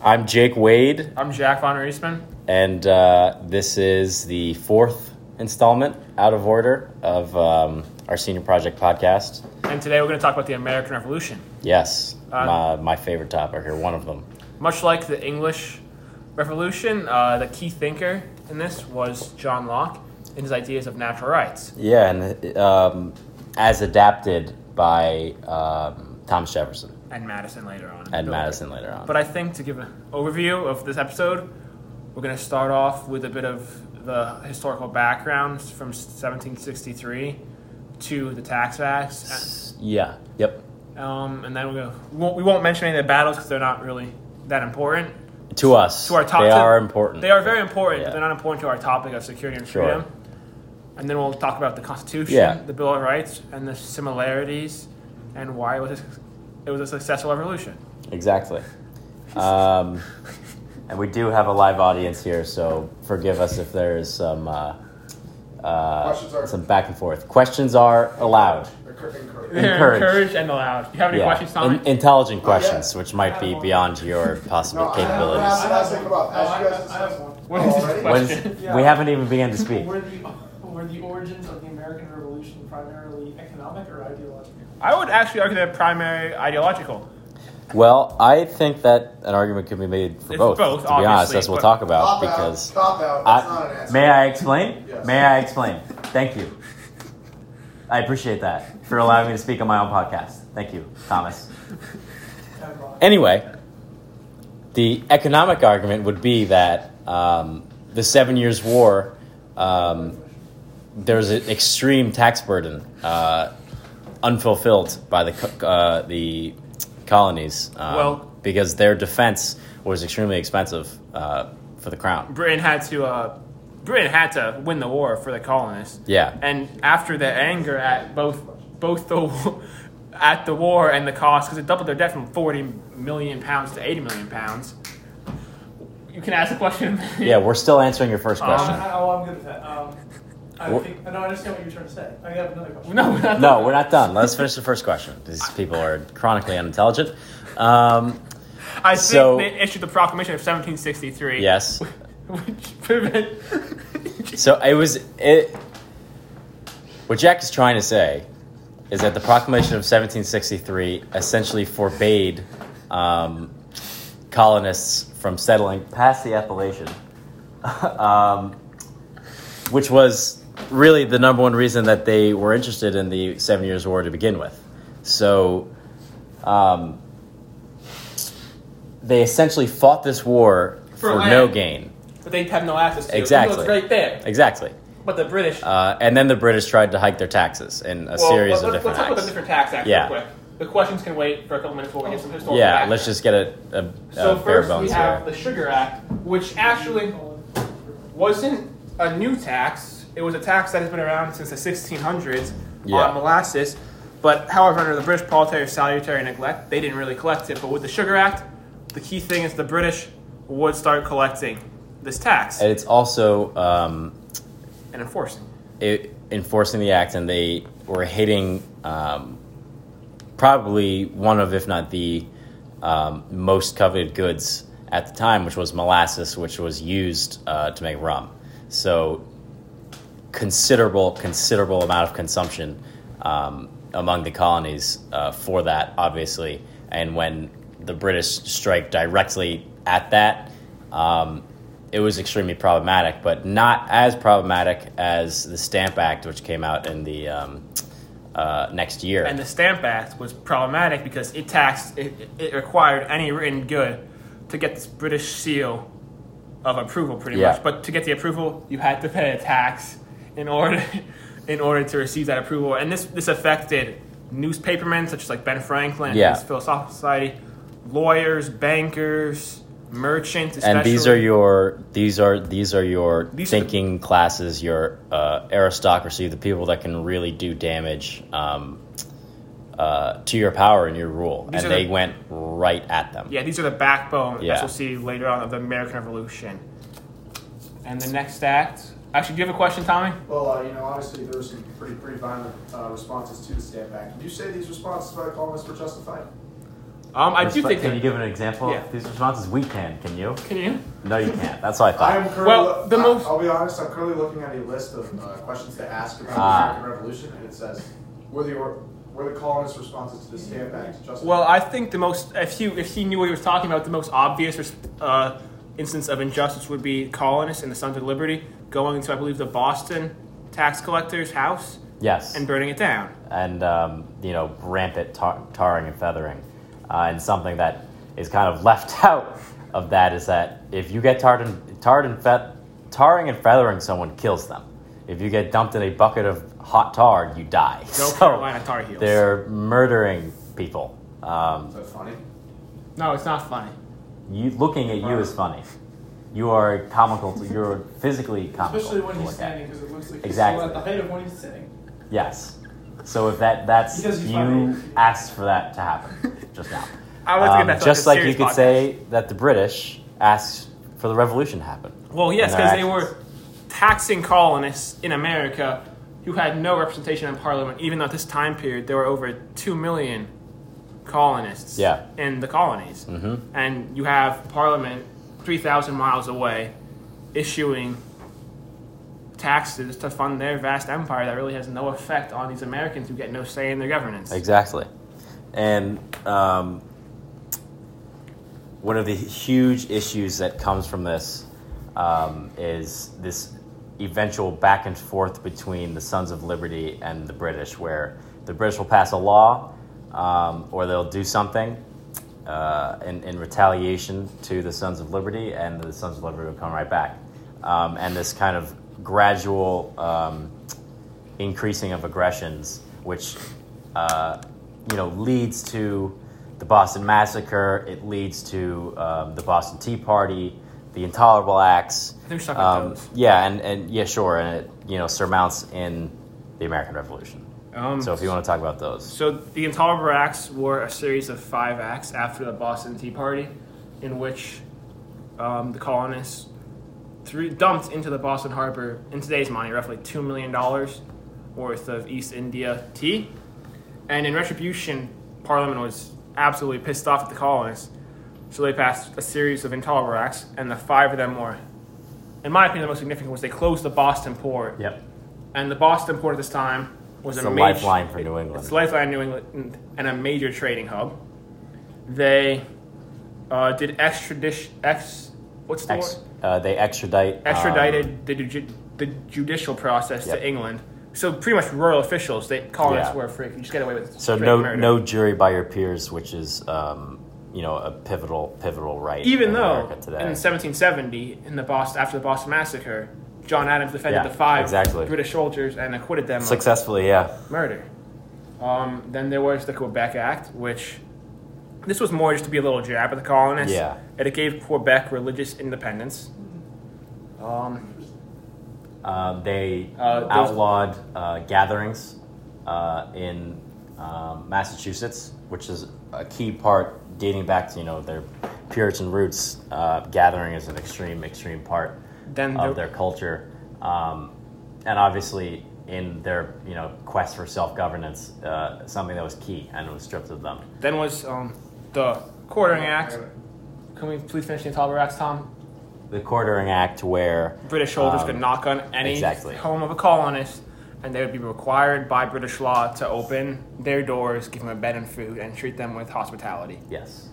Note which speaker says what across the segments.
Speaker 1: I'm Jake Wade,
Speaker 2: I'm Jack Von Reisman.
Speaker 1: and uh, this is the fourth installment out of order of um, our senior project podcast.
Speaker 2: And today we're going to talk about the American Revolution.
Speaker 1: Yes, my,
Speaker 2: Uh,
Speaker 1: my favorite topic or one of them.
Speaker 2: Much like the English Revolution, uh, the key thinker in this was John Locke and his ideas of natural rights.
Speaker 1: Yeah, and um, as adapted by um, Thomas Jefferson
Speaker 2: And Madison later on.
Speaker 1: and Madison later on.
Speaker 2: But I think to give an overview of this episode, we're going to start off with a bit of the historical background from 1763 to the Tax Acts.
Speaker 1: yeah, yep.
Speaker 2: Um, and then we're gonna, we, won't, we won't mention any of the battles because they're not really that important.
Speaker 1: To us,
Speaker 2: To our top
Speaker 1: they
Speaker 2: two-
Speaker 1: are important.
Speaker 2: They are very important,
Speaker 1: Yeah.
Speaker 2: but they're not important to our topic of security and
Speaker 1: Sure.
Speaker 2: freedom. And then we'll talk about the Constitution,
Speaker 1: Yeah.
Speaker 2: the Bill of Rights, and the similarities, and why it was a, it was a successful revolution.
Speaker 1: Exactly. Um, and we do have a live audience here, so forgive us if there is some uh,
Speaker 3: Questions
Speaker 1: uh,
Speaker 3: are-
Speaker 1: some back and forth. Questions are allowed.
Speaker 3: Encour- encourage.
Speaker 2: They're
Speaker 1: Encouraged.
Speaker 2: encouraged and allowed. Do you have any questions, Tommy?
Speaker 1: In- intelligent questions, which might be beyond your possible
Speaker 3: No, I have, I
Speaker 1: capabilities.
Speaker 3: have, I have something about. Ask you guys this next one.
Speaker 2: What is this
Speaker 3: Already?
Speaker 2: question?
Speaker 1: When's- We haven't even began to speak.
Speaker 4: Were the, were the origins of the American Revolution primarily economic or ideological?
Speaker 2: I would actually argue they're primary ideological.
Speaker 1: Well, I think that an argument could be made for
Speaker 2: It's
Speaker 1: both.
Speaker 2: both,
Speaker 1: to be honest,
Speaker 2: obviously,
Speaker 1: that's what we'll
Speaker 2: but-
Speaker 1: talk
Speaker 3: Cop
Speaker 1: about
Speaker 3: out,
Speaker 1: because
Speaker 3: cop out. That's not an
Speaker 1: I,
Speaker 3: answer.
Speaker 1: may I explain?
Speaker 3: Yes.
Speaker 1: May I explain? Thank you. I appreciate that for allowing me to speak on my own podcast. Thank you, Thomas.
Speaker 4: Kind of wrong.
Speaker 1: Anyway, the economic argument would be that um, the Seven Years' War, um, there's an extreme tax burden uh, unfulfilled by the, co- uh, the colonies um,
Speaker 2: Well-
Speaker 1: because their defense was extremely expensive uh, for the crown.
Speaker 2: Britain had to uh, Britain had to win the war for the colonists.
Speaker 1: Yeah.
Speaker 2: And after the anger at both both the at the war and the cost, because it doubled their debt from forty million pounds to eighty million pounds. You can ask a question.
Speaker 1: Yeah, we're still answering your first
Speaker 2: Um,
Speaker 1: question.
Speaker 4: I, I, oh, I'm good with that. Um, I
Speaker 1: Wha-
Speaker 4: think, I know, I understand what you're trying to say. I have another question.
Speaker 2: No, we're not.
Speaker 1: No, we're not done. Let's finish the first question. These people are chronically unintelligent. Um,
Speaker 2: I think
Speaker 1: so-
Speaker 2: they issued the proclamation of 1763.
Speaker 1: yes.
Speaker 2: Which prevent.
Speaker 1: So it was it. What Jack is trying to say is that the Proclamation of 1763 essentially forbade um, colonists from settling past the Appalachian, um, which was really the number one reason that they were interested in the Seven Years' War to begin with. So. Um, they essentially fought this war
Speaker 2: For
Speaker 1: for no
Speaker 2: land.
Speaker 1: gain.
Speaker 2: but they have no access to
Speaker 1: Exactly.
Speaker 2: it. Even though It's right there.
Speaker 1: Exactly.
Speaker 2: But the British.
Speaker 1: Uh, and then the British tried to hike their taxes in a
Speaker 2: Well,
Speaker 1: series of
Speaker 2: let's,
Speaker 1: different
Speaker 2: let's talk about the
Speaker 1: acts.
Speaker 2: different tax acts
Speaker 1: Yeah.
Speaker 2: real quick. The questions can wait for a couple minutes while we get some historical
Speaker 1: Yeah,
Speaker 2: background.
Speaker 1: let's just get a, a,
Speaker 2: So
Speaker 1: a Uh, bare
Speaker 2: first we
Speaker 1: bones
Speaker 2: have
Speaker 1: here.
Speaker 2: the Sugar Act, which actually wasn't a new tax. It was a tax that has been around since the 1600s
Speaker 1: Yeah.
Speaker 2: on molasses. But however, under the British Proletariat Salutary Neglect, they didn't really collect it. But with the Sugar Act, the key thing is the British would start collecting this tax
Speaker 1: And it's also um,
Speaker 2: and enforcing.
Speaker 1: it, enforcing the act, and they were hitting um, probably one of, if not the um, most coveted goods at the time, which was molasses, which was used uh, to make rum. So considerable, considerable amount of consumption um, among the colonies uh, for that, obviously. And when the British strike directly at that, um, it was extremely problematic, but not as problematic as the Stamp Act, which came out in the um, uh, next year.
Speaker 2: And the Stamp Act was problematic because it taxed, it, it required any written good to get this British seal of approval, pretty
Speaker 1: Yeah.
Speaker 2: much. But to get the approval, you had to pay a tax in order, in order to receive that approval. And this this affected newspapermen such as like Ben Franklin, and
Speaker 1: Yeah.
Speaker 2: his Philosophical Society, lawyers, bankers, merchants. Especially.
Speaker 1: and these are your these are these are your
Speaker 2: These are the-
Speaker 1: thinking classes, your uh, aristocracy, the people that can really do damage um, uh, to your power and your rule,
Speaker 2: These
Speaker 1: and
Speaker 2: are
Speaker 1: they
Speaker 2: the-
Speaker 1: went right at them.
Speaker 2: Yeah, these are the backbone,
Speaker 1: Yeah.
Speaker 2: as we'll see later on, of the American Revolution. And the next act. Actually, do you have a question, Tommy?
Speaker 3: Well, uh, you know, obviously there were some pretty, pretty violent uh, responses to the Stamp Act. Did you say these responses by the colonists were justified?
Speaker 2: Um, I do
Speaker 1: Resp-
Speaker 2: think
Speaker 1: Can you
Speaker 2: that.
Speaker 1: give an example
Speaker 2: Yeah.
Speaker 1: of these responses? We can. Can you?
Speaker 2: Can you?
Speaker 1: No, you can't. That's what I
Speaker 3: I
Speaker 1: thought.
Speaker 3: am currently.
Speaker 2: Well, the
Speaker 3: I-
Speaker 2: most-
Speaker 3: I'll be honest. I'm currently looking at a list of uh, questions to ask about
Speaker 1: Ah.
Speaker 3: the American Revolution, and it says, "Were the or- were the colonists' responses to the Stamp Act just?"
Speaker 2: Well, I think the most if you if he knew what he was talking about, the most obvious res- uh, instance of injustice would be colonists and the Sons of Liberty going to I believe the Boston tax collector's house
Speaker 1: Yes.
Speaker 2: and burning it down.
Speaker 1: and um, you know rampant tar- tarring and feathering. Uh, and something that is kind of left out of that is that if you get tarred and tarred and fe- tarring and feathering someone kills them. If you get dumped in a bucket of hot tar, you die.
Speaker 2: Go
Speaker 1: so
Speaker 2: Carolina Tar Heels.
Speaker 1: they're murdering people. Um,
Speaker 3: Is that funny?
Speaker 2: No, it's not funny.
Speaker 1: you looking at you is funny. You are comical. To, you're physically comical.
Speaker 4: Especially when
Speaker 1: to
Speaker 4: he's
Speaker 1: look at.
Speaker 4: standing, because it looks like
Speaker 1: Exactly.
Speaker 4: he's still at the height of when he's sitting.
Speaker 1: Yes. So if that that's
Speaker 4: Because he's
Speaker 1: you
Speaker 4: funny.
Speaker 1: asked for that to happen just now. Um,
Speaker 2: I would like to get back to, like,
Speaker 1: just
Speaker 2: a
Speaker 1: like, you
Speaker 2: serious
Speaker 1: could
Speaker 2: podcast.
Speaker 1: say that the British asked for the revolution to happen.
Speaker 2: Well, yes,
Speaker 1: And their
Speaker 2: because they
Speaker 1: actions.
Speaker 2: were taxing colonists in America who had no representation in Parliament. Even though at this time period there were over two million colonists
Speaker 1: Yeah.
Speaker 2: in the colonies, mm-hmm. and you have Parliament three thousand miles away issuing taxes to fund their vast empire that really has no effect on these Americans who get no say in their governance.
Speaker 1: Exactly. And um, one of the huge issues that comes from this um, is this eventual back and forth between the Sons of Liberty and the British, where the British will pass a law um, or they'll do something uh, in, in retaliation to the Sons of Liberty, and the Sons of Liberty will come right back. Um, and this kind of gradual. Um, increasing of aggressions, which uh, you know leads to the Boston Massacre. It leads to um, the Boston Tea Party, the Intolerable Acts. Um,
Speaker 2: I think we should talk about those.
Speaker 1: Yeah, and, and yeah, sure, and it you know surmounts in the American Revolution.
Speaker 2: Um,
Speaker 1: so if you want to talk about those,
Speaker 2: So the Intolerable Acts were a series of five acts after the Boston Tea Party, in which um, the colonists threw, dumped into the Boston Harbor, in today's money, roughly $2 million worth of East India tea. And in retribution, Parliament was absolutely pissed off at the colonists, so they passed a series of Intolerable Acts, and the five of them were, in my opinion, the most significant was they closed the Boston port
Speaker 1: yep,
Speaker 2: and the Boston port at this time was
Speaker 1: It's
Speaker 2: a
Speaker 1: the
Speaker 2: major,
Speaker 1: lifeline for New England.
Speaker 2: It's the lifeline New England and a major trading hub. They uh, did extradition. Ex, what's the
Speaker 1: Ex-
Speaker 2: word?
Speaker 1: uh, they extradite um,
Speaker 2: Extradited the, ju- the judicial process
Speaker 1: Yep.
Speaker 2: to England. So pretty much royal officials, they colonists
Speaker 1: Yeah.
Speaker 2: were free. You just get away with
Speaker 1: so
Speaker 2: straight
Speaker 1: no
Speaker 2: murder.
Speaker 1: no jury by your peers, which is um, you know a pivotal pivotal right.
Speaker 2: Even
Speaker 1: in
Speaker 2: though
Speaker 1: America today.
Speaker 2: in 1770, in the Boston after the Boston massacre, John Adams defended
Speaker 1: Yeah,
Speaker 2: the five
Speaker 1: exactly.
Speaker 2: British soldiers and acquitted them. of
Speaker 1: successfully, yeah,
Speaker 2: murder. Um, then there was the Quebec Act, which this was more just to be a little jab at the colonists.
Speaker 1: Yeah.
Speaker 2: And it gave Quebec religious independence. Um,
Speaker 1: Um, they
Speaker 2: Uh, those-
Speaker 1: outlawed uh, gatherings uh, in um, Massachusetts, which is a key part dating back to you know their Puritan roots. Uh, gathering is an extreme, extreme part
Speaker 2: then
Speaker 1: of
Speaker 2: there,
Speaker 1: their culture, um, and obviously in their you know quest for self governance, uh, something that was key and was stripped of them.
Speaker 2: then was um, the Quartering Act.
Speaker 3: Anyway,
Speaker 2: Can we please finish the Intolerable Acts, Tom?
Speaker 1: The Quartering Act, where
Speaker 2: British soldiers
Speaker 1: um,
Speaker 2: could knock on any
Speaker 1: exactly.
Speaker 2: home of a colonist, and they would be required by British law to open their doors, give them a bed and food, and treat them with hospitality.
Speaker 1: Yes.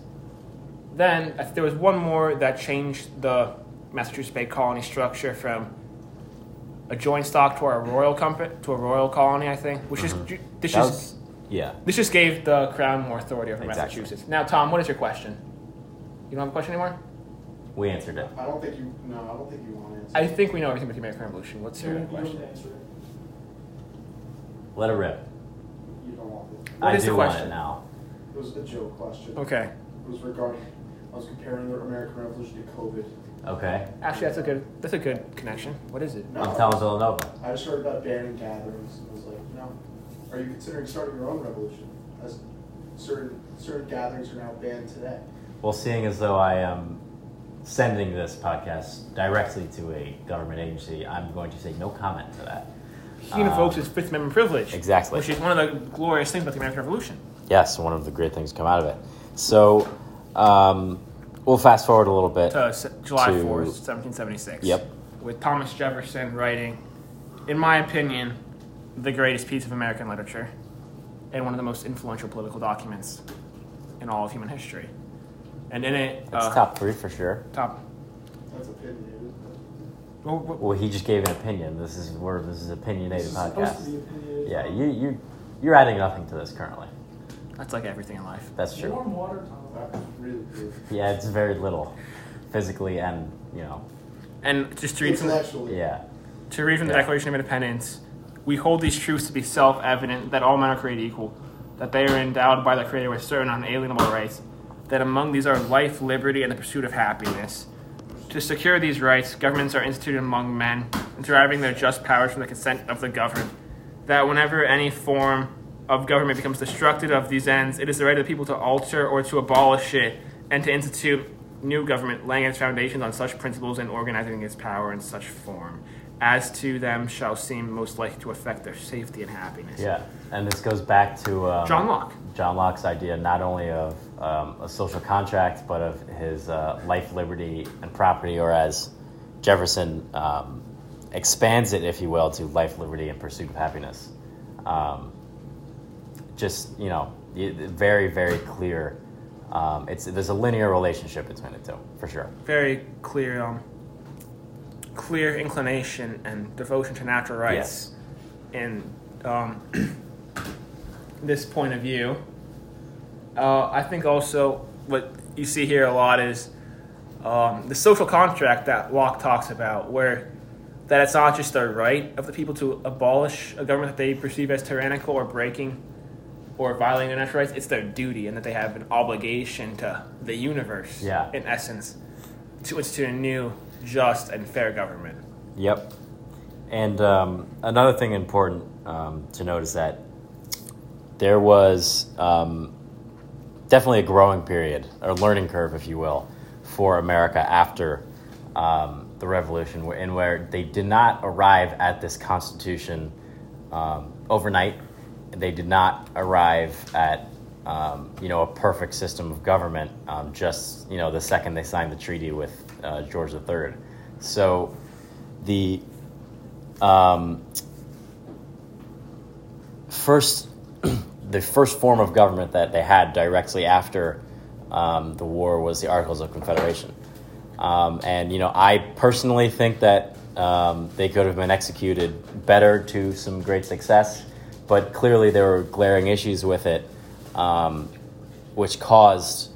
Speaker 2: Then uh, there was one more that changed the Massachusetts Bay colony structure from a joint stock to a royal company to a royal colony, I think, which is ju-
Speaker 1: Mm-hmm. That
Speaker 2: this
Speaker 1: was-
Speaker 2: just
Speaker 1: yeah.
Speaker 2: this just gave the crown more authority over
Speaker 1: Exactly.
Speaker 2: Massachusetts. Now, Tom, what is your question? You don't have a question anymore?
Speaker 1: We answered it.
Speaker 3: I don't think you. No, I don't think you want to
Speaker 2: I
Speaker 3: answer.
Speaker 2: think we know everything about the American Revolution. What's
Speaker 4: So you
Speaker 2: your
Speaker 4: won't be able
Speaker 2: question?
Speaker 4: to answer it.
Speaker 1: Let it rip.
Speaker 3: You don't want it.
Speaker 2: What
Speaker 1: I
Speaker 2: is
Speaker 1: do
Speaker 2: the
Speaker 1: want
Speaker 2: question?
Speaker 1: it now.
Speaker 3: It was a joke question.
Speaker 2: Okay,
Speaker 3: It was regarding. I was comparing the American Revolution to COVID.
Speaker 1: Okay.
Speaker 2: actually, that's a good that's a good connection. What is it?
Speaker 3: No,
Speaker 1: I'm Thomas Villanova.
Speaker 3: I just heard about banning gatherings and was like, no. Are you considering starting your own revolution? As certain certain gatherings are now banned today.
Speaker 1: Well, seeing as though I am sending this podcast directly to a government agency, I'm going to say no comment to that.
Speaker 2: He invokes his Fifth Amendment privilege,
Speaker 1: Uh, Exactly.
Speaker 2: which is one of the glorious things about the American Revolution.
Speaker 1: Yes, one of the great things to come out of it. So, um, we'll fast forward a little bit.
Speaker 4: Uh,
Speaker 2: to uh, s- July
Speaker 1: To-
Speaker 2: 4th, 1776.
Speaker 1: Yep.
Speaker 2: With Thomas Jefferson writing, in my opinion, the greatest piece of American literature and one of the most influential political documents in all of human history. And in it, uh,
Speaker 1: It's
Speaker 4: uh.
Speaker 1: top three for sure.
Speaker 2: top-
Speaker 3: That's opinionated. but
Speaker 2: well, well,
Speaker 1: Well, he just gave an opinion. This is where this is opinionated
Speaker 4: It's supposed to be
Speaker 1: podcast.
Speaker 4: opinionated.
Speaker 1: Yeah, you you you're adding nothing to this currently.
Speaker 2: that's like everything in life.
Speaker 1: That's true.
Speaker 4: Warm water, Tom.
Speaker 3: That's really good.
Speaker 1: Yeah, it's very little, physically and you know,
Speaker 2: And just to read from
Speaker 3: Intellectually.
Speaker 1: yeah.
Speaker 2: To read from the
Speaker 1: Yeah.
Speaker 2: Declaration of Independence, we hold these truths to be self evident that all men are created equal, that they are endowed by their Creator with certain unalienable rights, that among these are life, liberty, and the pursuit of happiness. To secure these rights, governments are instituted among men, and deriving their just powers from the consent of the governed, that whenever any form of government becomes destructive of these ends, it is the right of the people to alter or to abolish it, and to institute new government, laying its foundations on such principles and organizing its power in such form as to them shall seem most likely to affect their safety and happiness.
Speaker 1: Yeah, and this goes back to um,
Speaker 2: John Locke.
Speaker 1: John Locke's idea not only of um, a social contract, but of his uh, life, liberty, and property, or as Jefferson um, expands it, if you will, to life, liberty, and pursuit of happiness. Um, just you know, y- very, very clear. Um, it's there's a linear relationship between the two, for sure.
Speaker 2: Very clear, um, clear inclination and devotion to natural rights, and um, this point of view. Uh, I think also what you see here a lot is um, the social contract that Locke talks about, where that it's not just a right of the people to abolish a government that they perceive as tyrannical or breaking or violating their natural rights. It's their duty, and that they have an obligation to the universe,
Speaker 1: Yeah.
Speaker 2: in essence, to institute a new, just, and fair government.
Speaker 1: Yep. And um, another thing important um, to note is that there was um, definitely a growing period, or learning curve, if you will, for America after um, the Revolution, wh- in where they did not arrive at this Constitution um, overnight. They did not arrive at um, you know a perfect system of government um, just you know the second they signed the treaty with uh, George III. So the um, first the first form of government that they had directly after um, the war was the Articles of Confederation. Um, and you know, I personally think that um, they could have been executed better to some great success, but clearly there were glaring issues with it, um, which caused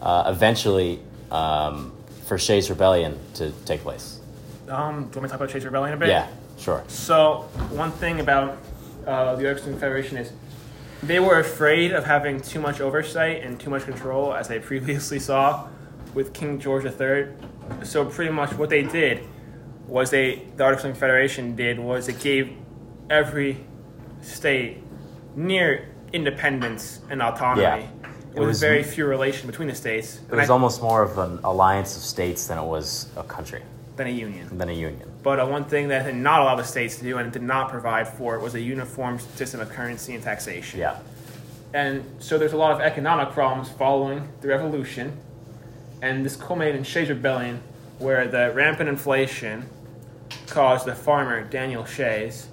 Speaker 1: uh, eventually um, for Shays Rebellion to take place.
Speaker 2: Um, do you want me to talk about Chase Rebellion a bit?
Speaker 1: Yeah, sure.
Speaker 2: So one thing about uh, the Oxford Federation is they were afraid of having too much oversight and too much control, as I previously saw with King George III. So pretty much what they did was they the Articles of Confederation did was it gave every state near independence and autonomy.
Speaker 1: Yeah. It
Speaker 2: with
Speaker 1: was-
Speaker 2: very few relation between the states
Speaker 1: It
Speaker 2: than,
Speaker 1: was
Speaker 2: I-
Speaker 1: almost more of an alliance of states than it was a country,
Speaker 2: than a union.
Speaker 1: than a union.
Speaker 2: But uh, one thing that not a lot of states do and did not provide for was a uniform system of currency and taxation.
Speaker 1: Yeah,
Speaker 2: And so there's a lot of economic problems following the revolution. And this culminated in Shays Rebellion, where the rampant inflation caused the farmer, Daniel Shays,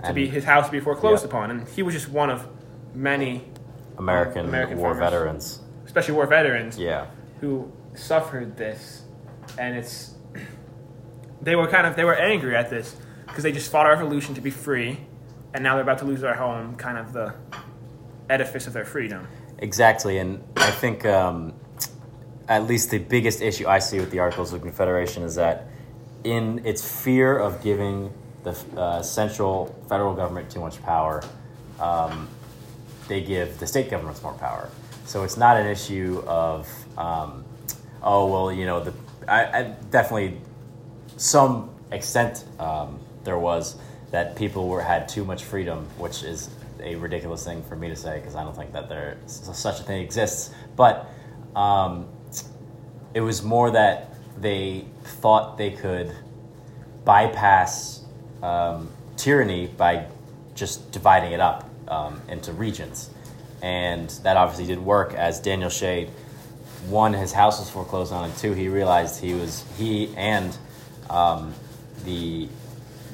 Speaker 2: to
Speaker 1: And-
Speaker 2: be his house to be foreclosed
Speaker 1: Yeah.
Speaker 2: upon. And he was just one of many,
Speaker 1: American,
Speaker 2: American
Speaker 1: war
Speaker 2: farmers.
Speaker 1: veterans.
Speaker 2: especially war veterans,
Speaker 1: Yeah,
Speaker 2: who suffered this, and it's they were kind of they were angry at this because they just fought our revolution to be free, and now they're about to lose their home, kind of the edifice of their freedom.
Speaker 1: exactly. And I think um, at least the biggest issue I see with the Articles of Confederation is that in its fear of giving the uh, central federal government too much power, um, they give the state governments more power. So it's not an issue of, um, oh, well, you know, the, I, I definitely some extent um, there was that people were had too much freedom, which is a ridiculous thing for me to say because I don't think that there s- such a thing exists. But um, it was more that they thought they could bypass um, tyranny by just dividing it up um, into regions, and that obviously did work as Daniel Shade. One, his house was foreclosed on, and two, he realized he was he and um, the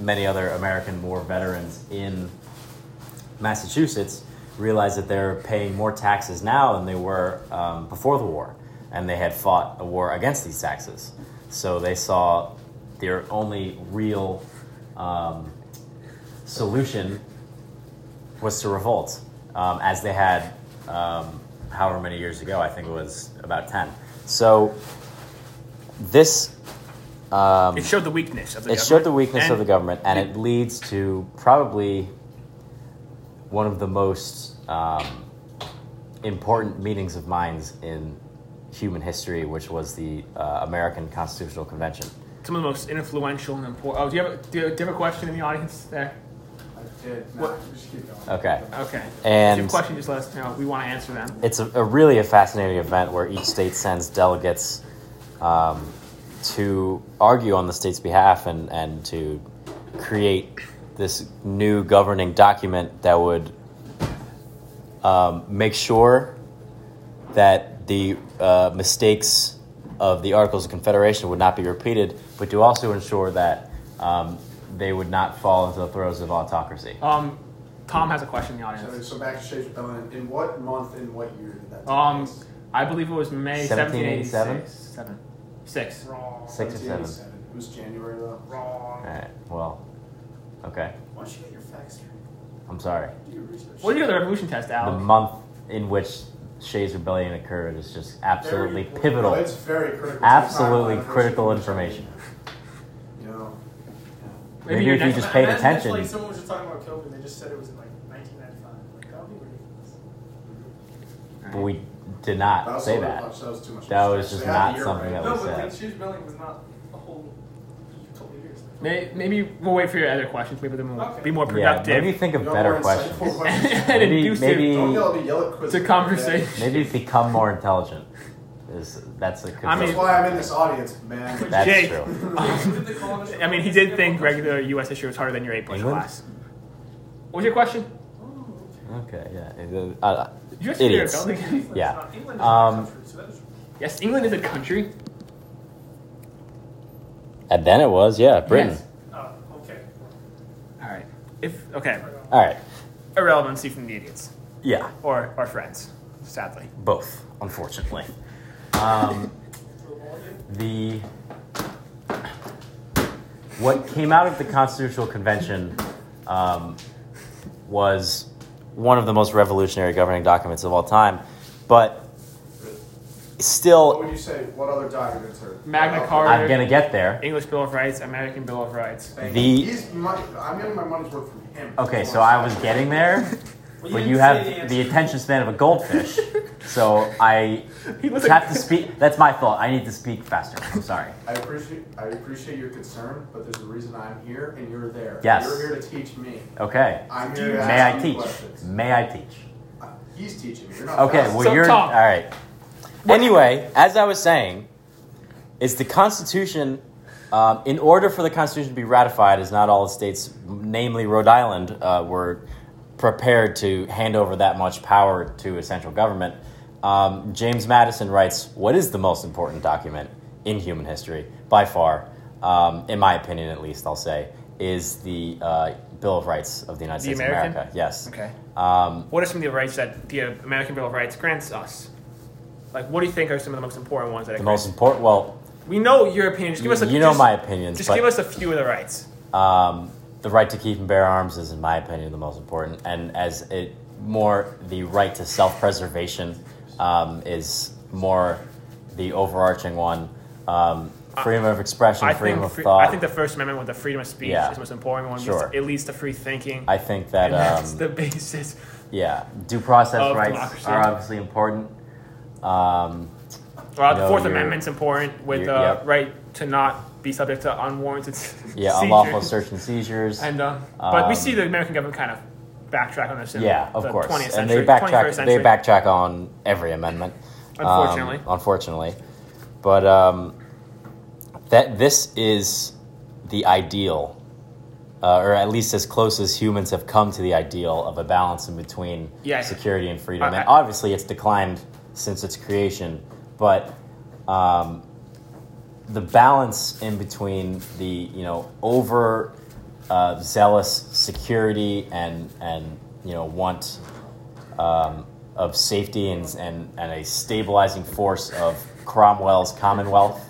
Speaker 1: many other American war veterans in Massachusetts realized that they're paying more taxes now than they were um, before the war, and they had fought a war against these taxes. So they saw their only real um, solution was to revolt, um, as they had um, however many years ago. I think it was about ten. So this um,
Speaker 2: It showed the weakness of the
Speaker 1: it
Speaker 2: government.
Speaker 1: showed the weakness
Speaker 2: And
Speaker 1: of the government, and it leads to probably one of the most um, important meetings of minds in human history, which was the uh, American Constitutional Convention.
Speaker 2: Some of the most influential and important. Oh, do you have a, do you do you have a question in the audience there?
Speaker 3: I did.
Speaker 2: What-
Speaker 3: Nah, just keep going.
Speaker 1: Okay,
Speaker 2: Okay. if you have
Speaker 1: and
Speaker 2: a question, just let us know. We want to answer them.
Speaker 1: it's a, a really a fascinating event where each state sends delegates um, to argue on the state's behalf and, and to create this new governing document that would um, make sure that the uh, mistakes of the Articles of Confederation would not be repeated, but to also ensure that um, they would not fall into the throes of autocracy.
Speaker 2: Um, Tom has a question in the
Speaker 3: So,
Speaker 2: audience.
Speaker 3: so back to Shades of Rebellion. In what month and what year did that? take
Speaker 2: Um,
Speaker 3: place?
Speaker 2: I believe it was May
Speaker 1: 1787?
Speaker 2: 1787. Seven. Six.
Speaker 4: Wrong.
Speaker 1: Six or seven.
Speaker 3: 1787. It was January though.
Speaker 1: All
Speaker 4: Wrong.
Speaker 1: right, well, okay,
Speaker 3: Why don't you get your facts straight?
Speaker 1: I'm sorry.
Speaker 3: Do your research.
Speaker 2: What do you do the revolution test,
Speaker 1: the
Speaker 2: Alec?
Speaker 1: month in which Shay's rebellion occurred is just absolutely
Speaker 3: Very-
Speaker 1: pivotal.
Speaker 3: It's very critical. to the
Speaker 1: Absolutely
Speaker 3: timeline of
Speaker 1: critical
Speaker 3: which-
Speaker 1: information.
Speaker 3: You know.
Speaker 1: Maybe,
Speaker 2: your
Speaker 1: if you
Speaker 2: next-
Speaker 1: just paid
Speaker 4: That's-
Speaker 1: attention.
Speaker 4: That's like someone was just talking about COVID. They just said it was in like 1995. Like that would be ridiculous.
Speaker 1: but we did not say
Speaker 3: also
Speaker 1: that.
Speaker 3: watched- That was too much.
Speaker 1: That was
Speaker 3: research.
Speaker 1: just
Speaker 3: They had
Speaker 1: not
Speaker 3: the year
Speaker 1: something
Speaker 3: right.
Speaker 1: that
Speaker 4: No,
Speaker 1: was
Speaker 4: but
Speaker 1: sad.
Speaker 4: like Shoes Building was not a whole couple of years.
Speaker 2: May- Maybe we'll wait for your other questions. Maybe then we'll
Speaker 4: Okay.
Speaker 2: be more
Speaker 1: Yeah,
Speaker 2: productive
Speaker 1: maybe think of
Speaker 3: You know,
Speaker 1: better
Speaker 3: more
Speaker 1: questions.
Speaker 3: insightful questions.
Speaker 2: and
Speaker 1: Maybe-
Speaker 2: inducive
Speaker 1: maybe-
Speaker 3: Don't yell at me, yell at quiz.
Speaker 2: to conversation.
Speaker 1: Maybe become more intelligent. Is that's a good
Speaker 2: I
Speaker 3: That's
Speaker 2: mean-
Speaker 3: why I'm in this audience, man.
Speaker 1: that's
Speaker 2: Jake.
Speaker 1: true.
Speaker 4: Did the colonists-
Speaker 2: I mean, he did think
Speaker 4: Oh,
Speaker 2: regular U.S. history was harder than your 8.0
Speaker 1: England?
Speaker 2: class. What was your question?
Speaker 4: Oh, okay.
Speaker 1: Okay, yeah. Uh, uh,
Speaker 2: Did you ask
Speaker 1: Idiots.
Speaker 2: for your building?
Speaker 4: England's
Speaker 1: Yeah.
Speaker 4: not- England is
Speaker 1: Um,
Speaker 4: not a country, so that is-
Speaker 2: Yes, England is a country.
Speaker 1: and then it was yeah, Britain.
Speaker 2: Yes.
Speaker 4: Oh, okay.
Speaker 2: All right. If okay,
Speaker 1: All right,
Speaker 2: irrelevancy from the idiots
Speaker 1: yeah,
Speaker 2: or our friends, sadly.
Speaker 1: both unfortunately. Um, the what came out of the Constitutional Convention um, was one of the most revolutionary governing documents of all time, but
Speaker 3: What
Speaker 1: still,
Speaker 3: would you say? What other documents are?
Speaker 2: Magna
Speaker 3: Oh,
Speaker 2: Carta.
Speaker 1: I'm gonna get there.
Speaker 2: English Bill of Rights, American Bill of Rights.
Speaker 3: thank
Speaker 1: The-
Speaker 3: you. He's my, I'm getting my money's worth from him.
Speaker 1: Okay, so I was getting there, but
Speaker 4: Well, didn't
Speaker 1: you
Speaker 4: say
Speaker 1: have the
Speaker 4: answer.
Speaker 1: attention span of a goldfish, so I
Speaker 2: He looks
Speaker 1: have
Speaker 2: like
Speaker 1: to speak. That's my fault. I need to speak faster. I'm sorry.
Speaker 3: I appreciate I appreciate your concern, but there's a reason I'm here and you're there.
Speaker 1: Yes.
Speaker 3: You're here to teach me.
Speaker 1: Okay.
Speaker 3: I'm here to
Speaker 1: May
Speaker 3: ask
Speaker 1: I
Speaker 3: you
Speaker 1: teach?
Speaker 3: questions.
Speaker 1: May I teach?
Speaker 3: Uh, He's teaching me. You're not
Speaker 1: Okay,
Speaker 3: us.
Speaker 1: well,
Speaker 2: So,
Speaker 1: you're.
Speaker 2: Tom.
Speaker 1: All right. Anyway, as I was saying, is the Constitution, um, in order for the Constitution to be ratified, as not all the states, namely Rhode Island, uh, were prepared to hand over that much power to a central government. Um, James Madison writes, What is the most important document in human history, by far, um, in my opinion at least, I'll say, is the uh, Bill of Rights of the United
Speaker 2: The
Speaker 1: States
Speaker 2: American?
Speaker 1: of America. Yes.
Speaker 2: Okay.
Speaker 1: Um,
Speaker 2: What are some of the rights that the American Bill of Rights grants us? Like, what do you think are some of the most important ones that it
Speaker 1: the
Speaker 2: grants?
Speaker 1: most important, well,
Speaker 2: we know European. Just give us a.
Speaker 1: you know
Speaker 2: just-
Speaker 1: my opinions,
Speaker 2: Just
Speaker 1: but
Speaker 2: give us a few of the rights.
Speaker 1: um, the right to keep and bear arms is, in my opinion, the most important, and as it more the right to self-preservation um, is more the overarching one. Um, freedom of expression,
Speaker 2: I
Speaker 1: freedom
Speaker 2: think.
Speaker 1: of
Speaker 2: free-
Speaker 1: thought.
Speaker 2: I think the First Amendment with the freedom of speech
Speaker 1: Yeah.
Speaker 2: is the most important one.
Speaker 1: Sure.
Speaker 2: It leads to free thinking.
Speaker 1: I think
Speaker 2: and
Speaker 1: that
Speaker 2: that's
Speaker 1: um,
Speaker 2: the basis.
Speaker 1: yeah, due process
Speaker 2: of
Speaker 1: rights
Speaker 2: democracy.
Speaker 1: are obviously important. Um,
Speaker 2: Well,
Speaker 1: No,
Speaker 2: the Fourth
Speaker 1: you're-
Speaker 2: Amendment's important with the
Speaker 1: you're- yep.
Speaker 2: right to not be subject to unwarranted
Speaker 1: yeah,
Speaker 2: seizures.
Speaker 1: unlawful search and seizures.
Speaker 2: And uh, but
Speaker 1: Um,
Speaker 2: we see the American government kind of backtrack on this. In
Speaker 1: yeah, of
Speaker 2: the
Speaker 1: course.
Speaker 2: 20th
Speaker 1: and
Speaker 2: century,
Speaker 1: they
Speaker 2: 21st
Speaker 1: backtrack.
Speaker 2: century.
Speaker 1: They backtrack on every amendment. um,
Speaker 2: Unfortunately.
Speaker 1: unfortunately, but um, that this is the ideal uh, or at least as close as humans have come to the ideal of a balance in between
Speaker 2: Yeah.
Speaker 1: security and freedom.
Speaker 2: I-
Speaker 1: and
Speaker 2: I-
Speaker 1: obviously, it's declined since its creation, but um, the balance in between the you know over uh, zealous security and and you know want um, of safety and, and and a stabilizing force of Cromwell's Commonwealth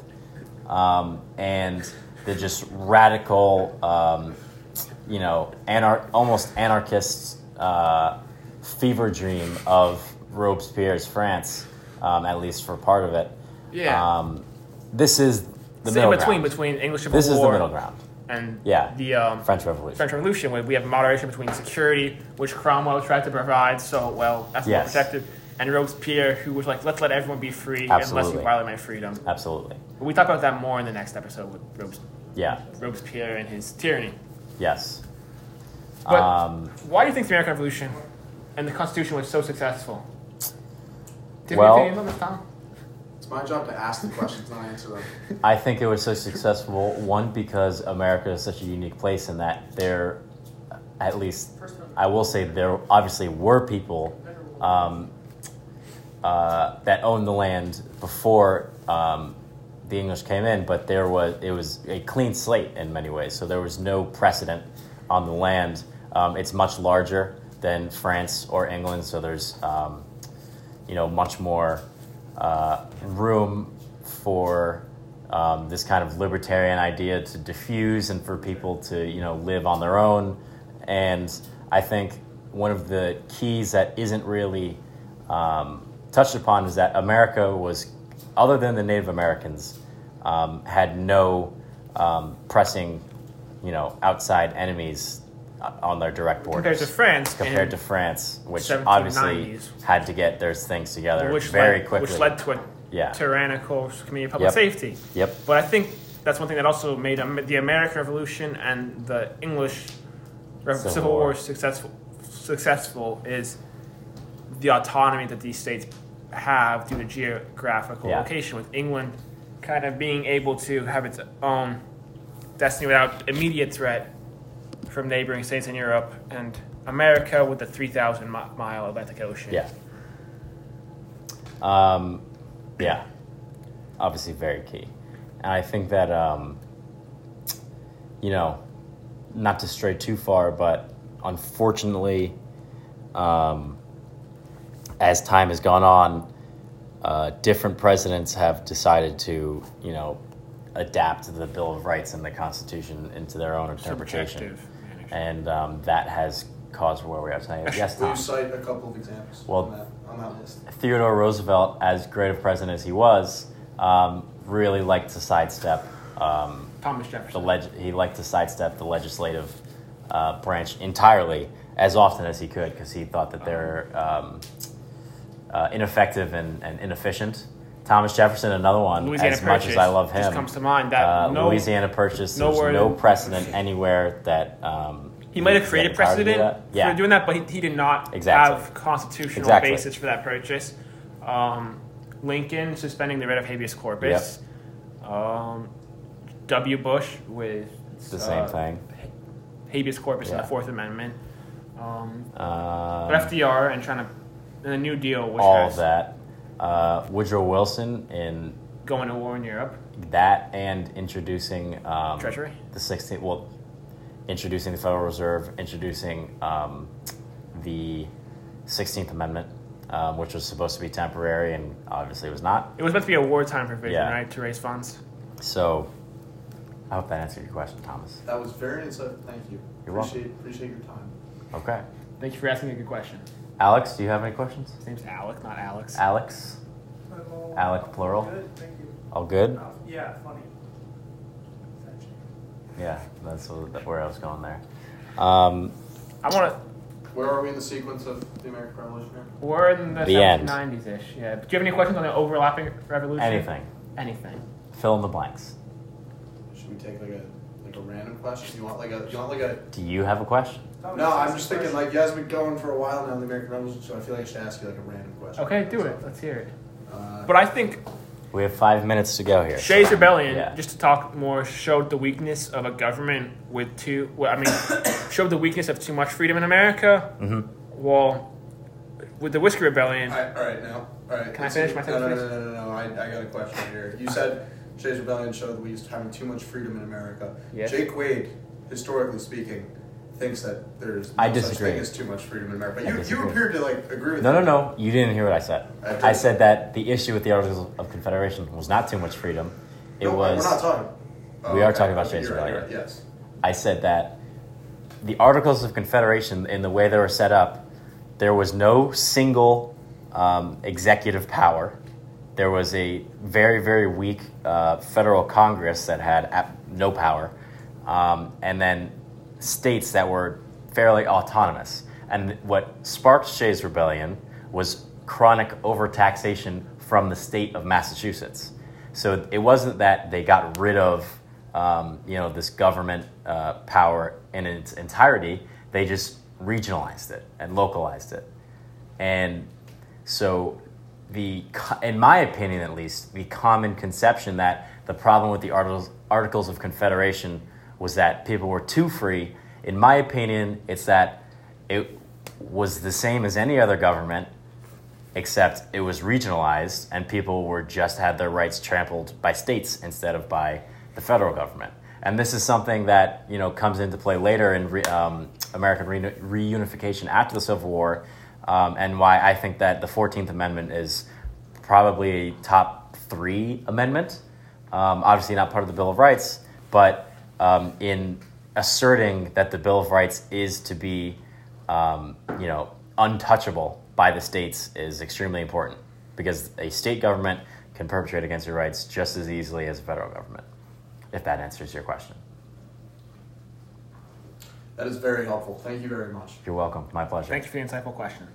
Speaker 1: um, and the just radical um, you know anar- almost anarchist uh, fever dream of Robespierre's France um, at least for part of it
Speaker 2: Yeah.
Speaker 1: um, this is the
Speaker 2: It's
Speaker 1: middle
Speaker 2: in between
Speaker 1: ground.
Speaker 2: between English Civil
Speaker 1: This is
Speaker 2: War
Speaker 1: the middle ground.
Speaker 2: and
Speaker 1: Yeah.
Speaker 2: the um,
Speaker 1: French Revolution.
Speaker 2: French Revolution, where we have moderation between security, which Cromwell tried to provide so well, that's more
Speaker 1: Yes.
Speaker 2: protective, and Robespierre, who was like, let's let everyone be free unless you
Speaker 1: Absolutely.
Speaker 2: violate my freedom.
Speaker 1: Absolutely.
Speaker 2: But we talk about that more in the next episode with Robes-
Speaker 1: Yeah.
Speaker 2: Robespierre and his tyranny.
Speaker 1: Yes.
Speaker 2: But-
Speaker 1: um,
Speaker 2: Why do you think the American Revolution and the Constitution was so successful? Do you
Speaker 1: Well-
Speaker 2: have any opinions on this, Tom?
Speaker 3: It's my job to ask the questions, not answer them.
Speaker 1: I think it was so successful one because America is such a unique place in that there, at least
Speaker 4: First one.
Speaker 1: I will say there obviously were people um, uh, that owned the land before um, the English came in, but there was it was a clean slate in many ways. So there was no precedent on the land. Um, it's much larger than France or England, so there's um, you know much more uh, room for um, this kind of libertarian idea to diffuse and for people to you know live on their own. And I think one of the keys that isn't really um, touched upon is that America was, other than the Native Americans, um, had no um, pressing, you know, outside enemies uh, on their direct borders
Speaker 2: Compared to France,
Speaker 1: compared
Speaker 2: and-
Speaker 1: to France, which
Speaker 2: 1790s.
Speaker 1: obviously had to get their things together
Speaker 2: which
Speaker 1: very
Speaker 2: led,
Speaker 1: quickly.
Speaker 2: which led to a
Speaker 1: Yeah.
Speaker 2: tyrannical community of public
Speaker 1: Yep.
Speaker 2: safety.
Speaker 1: Yep.
Speaker 2: But I think that's one thing that also made Am- the American Revolution and the English Re- Civil,
Speaker 1: Civil
Speaker 2: War,
Speaker 1: War.
Speaker 2: successful successful is the autonomy that these states have due to geographical
Speaker 1: Yeah.
Speaker 2: location. With England kind of being able to have its own destiny without immediate threat from neighboring states in Europe and America with the three thousand mile Atlantic Ocean.
Speaker 1: Yeah. Um, yeah. Obviously, very key. And I think that, um, you know, not to stray too far, but unfortunately, um, as time has gone on, uh, different presidents have decided to, you know, adapt the Bill of Rights and the Constitution into their own interpretation.
Speaker 2: Subjective.
Speaker 1: And um, that has caused where we are tonight. Yes,
Speaker 3: Will
Speaker 1: Tom.
Speaker 3: you cite a couple of examples
Speaker 1: Well-
Speaker 3: on, that, on that list?
Speaker 1: Theodore Roosevelt, as great a president as he was, um, really liked to sidestep um,
Speaker 2: Thomas
Speaker 1: the
Speaker 2: Jefferson.
Speaker 1: leg- he liked to sidestep the legislative uh, branch entirely as often as he could because he thought that they're um, uh, ineffective and, and inefficient. Thomas Jefferson, another one.
Speaker 2: Louisiana
Speaker 1: as much as
Speaker 2: Purchase
Speaker 1: I love
Speaker 2: just
Speaker 1: him,
Speaker 2: comes to mind. That
Speaker 1: uh,
Speaker 2: no-
Speaker 1: Louisiana Purchase. There's
Speaker 2: nowhere
Speaker 1: no
Speaker 2: in-
Speaker 1: precedent anywhere that um,
Speaker 2: He might have
Speaker 1: that
Speaker 2: created
Speaker 1: empowered him to do
Speaker 2: precedent
Speaker 1: that. Yeah,
Speaker 2: for doing that, but he, he did not
Speaker 1: Exactly.
Speaker 2: have constitutional
Speaker 1: Exactly.
Speaker 2: basis for that purchase. Um, Lincoln suspending the writ of habeas corpus. Um, w. Bush with uh,
Speaker 1: It's the same thing.
Speaker 2: habeas corpus in
Speaker 1: Yeah.
Speaker 2: the Fourth Amendment. Um,
Speaker 1: Um,
Speaker 2: but FDR and trying to and the New Deal, which
Speaker 1: all
Speaker 2: has
Speaker 1: of that. Uh, Woodrow Wilson in
Speaker 2: going to war in Europe.
Speaker 1: that and introducing um,
Speaker 2: Treasury?
Speaker 1: the 16th, well, introducing the Federal Reserve, introducing um, the 16th Amendment, um, which was supposed to be temporary and obviously was not.
Speaker 2: It was meant to be a wartime provision,
Speaker 1: Yeah.
Speaker 2: right, to raise funds.
Speaker 1: So I hope that answered your question, Thomas.
Speaker 3: That was very insightful. Thank you.
Speaker 1: You're welcome.
Speaker 3: appreciate, Appreciate your time.
Speaker 1: Okay.
Speaker 2: Thank you for asking a good question.
Speaker 1: Alex, do you have any questions?
Speaker 2: His name's Alec, not Alex.
Speaker 1: Alex,
Speaker 4: Well,
Speaker 1: Alec plural?
Speaker 4: Good, thank you.
Speaker 1: all good?
Speaker 4: Uh, Yeah, funny.
Speaker 1: Yeah, that's wh- where I was going there. Um,
Speaker 2: I want to.
Speaker 3: Where are we in the sequence of the American Revolution? here?
Speaker 2: We're in the,
Speaker 1: The end.
Speaker 2: 1790s ish, yeah. Do you have any questions on the overlapping revolution?
Speaker 1: anything.
Speaker 2: Anything.
Speaker 1: Fill in the blanks.
Speaker 3: Should we take like a like a random question? You want like a you want like a
Speaker 1: Do you have a question?
Speaker 4: That was
Speaker 3: No, I'm
Speaker 4: awesome
Speaker 3: just thinking,
Speaker 4: question.
Speaker 3: like, you guys have been going for a while now in the American Revolution, so I feel like I should ask you, like, a random question.
Speaker 2: Okay, do it. Let's hear it.
Speaker 3: Uh,
Speaker 2: But I think
Speaker 1: We have five minutes to go here.
Speaker 2: Shay's Rebellion,
Speaker 1: Yeah.
Speaker 2: just to talk more, showed the weakness of a government with too. Well, I mean, showed the weakness of too much freedom in America.
Speaker 1: Mhm.
Speaker 2: Well, with the Whiskey Rebellion,
Speaker 5: I, all right, now. All right.
Speaker 2: Can I finish my
Speaker 5: no, no, no,
Speaker 2: sentence?
Speaker 5: no, no, no, I, I got a question here. You said Shay's Rebellion showed that we used to having too much freedom in America.
Speaker 2: Yes.
Speaker 5: Jake Wade, historically speaking, thinks that there's no
Speaker 1: I
Speaker 5: such
Speaker 1: disagree.
Speaker 5: thing as too much freedom in America.
Speaker 1: I
Speaker 5: But you, you
Speaker 1: disagree.
Speaker 5: appeared to like agree with
Speaker 1: No, no,
Speaker 5: him.
Speaker 1: no. You didn't hear what I said.
Speaker 5: I did.
Speaker 1: I, said that the issue with the Articles of Confederation was not too much freedom. It
Speaker 5: No,
Speaker 1: was.
Speaker 5: We're not talking.
Speaker 1: We are talking about Shay's
Speaker 5: you're right,
Speaker 1: Rebellion.
Speaker 5: you're right, Yes.
Speaker 1: I said that the Articles of Confederation, in the way they were set up, there was no single um, executive power. There was a very, very weak uh, federal Congress that had ap- no power, um, and then states that were fairly autonomous. And what sparked Shays' rebellion was chronic overtaxation from the state of Massachusetts. So it wasn't that they got rid of um, you know, this government uh, power in its entirety. They just regionalized it and localized it, and so the, co- in my opinion at least, the common conception that the problem with the Articles, Articles of Confederation was that people were too free. In my opinion, it's that it was the same as any other government, except it was regionalized and people were just had their rights trampled by states instead of by the federal government. And this is something that you know comes into play later in re, um, American reuni- reunification after the Civil War, um, and why I think that the Fourteenth Amendment is probably a top three amendment. Um, obviously, not part of the Bill of Rights, but um, in asserting that the Bill of Rights is to be um, you know, untouchable by the states is extremely important because a state government can perpetrate against your rights just as easily as a federal government. If that answers your question,
Speaker 5: That is very helpful. Thank you very much.
Speaker 1: you're welcome. My pleasure.
Speaker 2: thank you for the insightful question.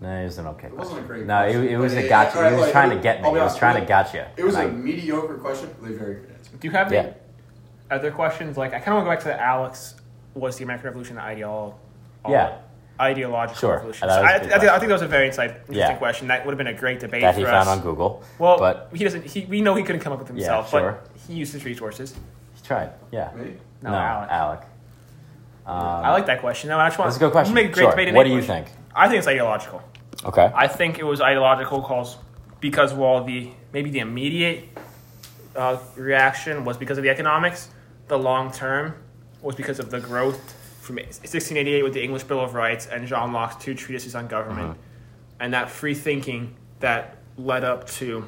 Speaker 1: No, it was an okay.
Speaker 5: It wasn't a
Speaker 1: question.
Speaker 5: great
Speaker 1: No,
Speaker 5: question,
Speaker 1: it, it was
Speaker 5: but
Speaker 1: a
Speaker 5: it-
Speaker 1: gotcha.
Speaker 5: alright,
Speaker 1: he was
Speaker 5: like,
Speaker 1: trying
Speaker 5: it-
Speaker 1: to get me.
Speaker 5: I'll
Speaker 1: He
Speaker 5: be
Speaker 1: was
Speaker 5: honest,
Speaker 1: trying to
Speaker 5: it-
Speaker 1: gotcha.
Speaker 5: It was
Speaker 1: And
Speaker 5: a
Speaker 1: I-
Speaker 5: mediocre question, but a very good answer.
Speaker 2: Do you have
Speaker 1: Yeah.
Speaker 2: any other questions? Like, I kind of want to go back to the Alex. Was the American Revolution an ideal? uh,
Speaker 1: Yeah.
Speaker 2: Ideological
Speaker 1: Sure.
Speaker 2: revolution.
Speaker 1: That
Speaker 2: So
Speaker 1: was a
Speaker 2: I, I,
Speaker 1: good
Speaker 2: think, I
Speaker 1: question.
Speaker 2: think that was a very insight, interesting
Speaker 1: Yeah.
Speaker 2: question. That would have been a great debate
Speaker 1: that
Speaker 2: for
Speaker 1: he
Speaker 2: us.
Speaker 1: found on Google.
Speaker 2: well,
Speaker 1: but
Speaker 2: he doesn't. He, we know he couldn't come up with it
Speaker 1: Yeah,
Speaker 2: himself,
Speaker 1: sure.
Speaker 2: but he used his resources.
Speaker 1: he tried. Yeah.
Speaker 5: Me?
Speaker 2: No,
Speaker 1: no
Speaker 2: Alec.
Speaker 1: Alec. Um,
Speaker 2: I like that question. No, I just want
Speaker 1: That's a good question.
Speaker 2: Make a great
Speaker 1: Sure.
Speaker 2: debate in
Speaker 1: What
Speaker 2: that
Speaker 1: do you
Speaker 2: question.
Speaker 1: think?
Speaker 2: I think it's ideological.
Speaker 1: Okay.
Speaker 2: I think it was ideological calls because while the maybe the immediate uh, reaction was because of the economics, the long term was because of the growth from 1688 with the English Bill of Rights and John Locke's two treatises on government, and that free thinking that led up to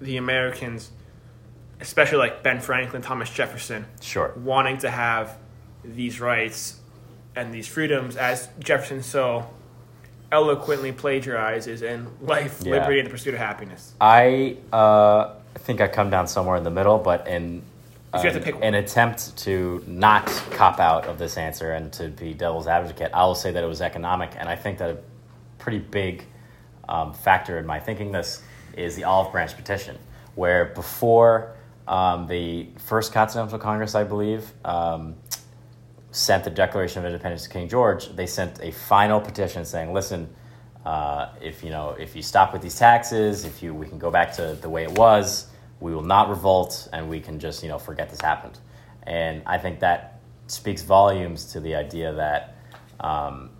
Speaker 2: the Americans, especially like Ben Franklin, Thomas Jefferson,
Speaker 1: sure.
Speaker 2: wanting to have these rights and these freedoms as Jefferson so eloquently plagiarizes in Life,
Speaker 1: Yeah.
Speaker 2: Liberty, and the Pursuit of Happiness.
Speaker 1: I uh, think I come down somewhere in the middle, but in um,
Speaker 2: If you have to pick one.
Speaker 1: an attempt to not cop out of this answer and to be devil's advocate, I will say that it was economic, and I think that a pretty big um, factor in my thinking this is the Olive Branch petition, where before um, the first Continental Congress, I believe, um, sent the Declaration of Independence to King George, they sent a final petition saying, "Listen, uh, if you know, if you stop with these taxes, if you, we can go back to the way it was, we will not revolt, and we can just you know forget this happened." And I think that speaks volumes to the idea that um,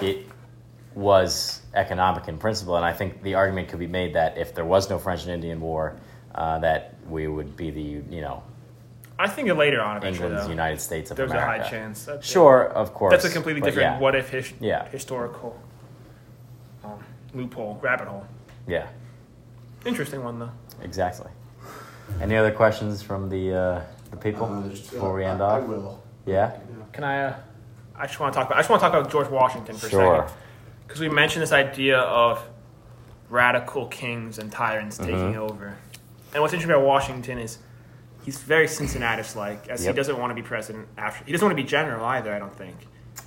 Speaker 1: it was economic in principle, and I think the argument could be made that if there was no French and Indian War, uh, that we would be the you know
Speaker 2: I think later on, eventually,
Speaker 1: England's
Speaker 2: though,
Speaker 1: United States of
Speaker 2: there's a
Speaker 1: America.
Speaker 2: high chance. That,
Speaker 1: Sure, of course.
Speaker 2: That's a completely
Speaker 1: but
Speaker 2: different
Speaker 1: Yeah,
Speaker 2: what if his,
Speaker 1: Yeah.
Speaker 2: historical um, loophole, rabbit hole.
Speaker 1: yeah
Speaker 2: Interesting one, though.
Speaker 1: exactly. Any other questions from the uh, the people
Speaker 5: Uh, there's-
Speaker 1: before we end
Speaker 5: I,
Speaker 1: off?
Speaker 5: I will.
Speaker 1: Yeah,
Speaker 2: Can I? Uh, I just want to talk about. I just want to talk about George Washington for a
Speaker 1: sure.
Speaker 2: second. because we mentioned this idea of radical kings and tyrants
Speaker 1: Uh-huh.
Speaker 2: taking over. And what's interesting about Washington is he's very Cincinnatus like, as he
Speaker 1: Yep.
Speaker 2: doesn't want to be president after. He doesn't want to be general either, I don't think,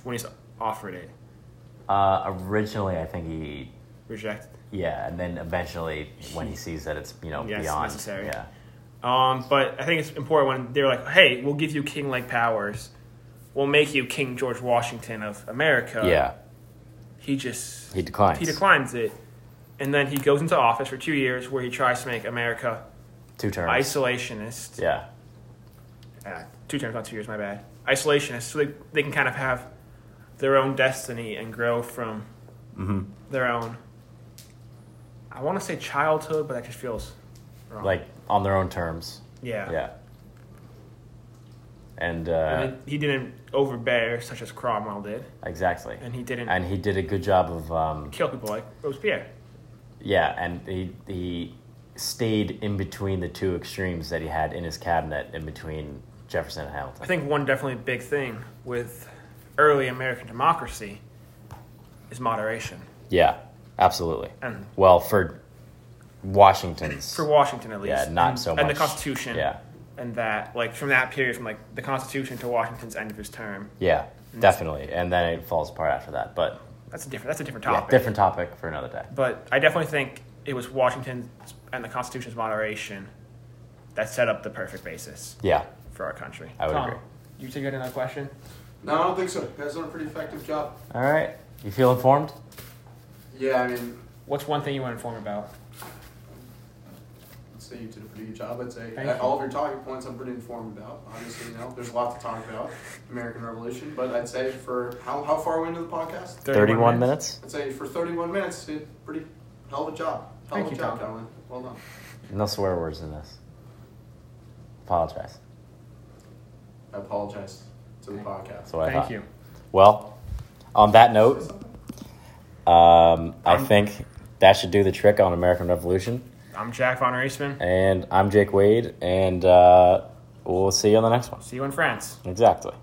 Speaker 2: when he's offered it,
Speaker 1: Uh, originally, I think he
Speaker 2: rejected.
Speaker 1: yeah, and then eventually when he sees that it's you know
Speaker 2: Yes,
Speaker 1: beyond
Speaker 2: necessary.
Speaker 1: yeah
Speaker 2: Um, but I think it's important when they're like, hey, we'll give you king like powers. We'll make you King George Washington of America.
Speaker 1: yeah
Speaker 2: Uh, He just.
Speaker 1: he declines
Speaker 2: He declines it. and then he goes into office for two years where he tries to make America
Speaker 1: Two terms.
Speaker 2: isolationist.
Speaker 1: Yeah.
Speaker 2: Uh, two terms, not two years, my bad. Isolationists, so they, they can kind of have their own destiny and grow from
Speaker 1: hmm
Speaker 2: their own. I want to say childhood, but that just feels wrong.
Speaker 1: Like on their own terms.
Speaker 2: yeah.
Speaker 1: Yeah. And
Speaker 2: And
Speaker 1: uh,
Speaker 2: then he didn't overbear, such as Cromwell did,
Speaker 1: exactly.
Speaker 2: and he didn't
Speaker 1: And he did a good job of um,
Speaker 2: kill people like Robespierre.
Speaker 1: yeah, and he he stayed in between the two extremes that he had in his cabinet in between Jefferson and
Speaker 2: I
Speaker 1: Hamilton.
Speaker 2: think one definitely big thing with early American democracy is moderation.
Speaker 1: Yeah, absolutely.
Speaker 2: And
Speaker 1: Well, for Washington's
Speaker 2: for Washington at least.
Speaker 1: yeah, not so
Speaker 2: and,
Speaker 1: much.
Speaker 2: And the Constitution.
Speaker 1: Yeah,
Speaker 2: And that, like, from that period, from, like, the Constitution to Washington's end of his term,
Speaker 1: yeah, definitely. And then it falls apart after that. But
Speaker 2: that's a different, that's a different
Speaker 1: yeah,
Speaker 2: topic.
Speaker 1: different topic for another day.
Speaker 2: But I definitely think it was Washington and the Constitution's moderation that set up the perfect basis
Speaker 1: Yeah,
Speaker 2: for our country.
Speaker 1: I would
Speaker 2: Tom,
Speaker 1: agree.
Speaker 2: You think I got another question?
Speaker 3: No, I don't think so. You guys done a pretty effective job.
Speaker 1: All right, you feel informed?
Speaker 3: Yeah, I mean,
Speaker 2: What's one thing you want to inform about?
Speaker 3: I'd say you did a pretty good job. I'd say
Speaker 2: Thank
Speaker 3: uh,
Speaker 2: you.
Speaker 3: all of your talking points I'm pretty informed about. Obviously, you know, there's a lot to talk about. American Revolution, but I'd say for how how far are we into the podcast?
Speaker 1: 31 minutes?
Speaker 3: I'd say for 31 minutes, you did a pretty hell of a job. Hell
Speaker 2: Thank
Speaker 3: of a
Speaker 2: you,
Speaker 3: job,
Speaker 2: Tom.
Speaker 3: Dylan. Well done.
Speaker 1: No swear words in this. Apologize.
Speaker 3: I apologize to the podcast.
Speaker 1: That's what I
Speaker 2: Thank
Speaker 1: thought.
Speaker 2: you.
Speaker 1: Well, on that note, um, I think that should do the trick on American Revolution.
Speaker 2: I'm Jack Von Reisman.
Speaker 1: And I'm Jake Wade, and uh, we'll see you on the next one.
Speaker 2: See you in France.
Speaker 1: Exactly.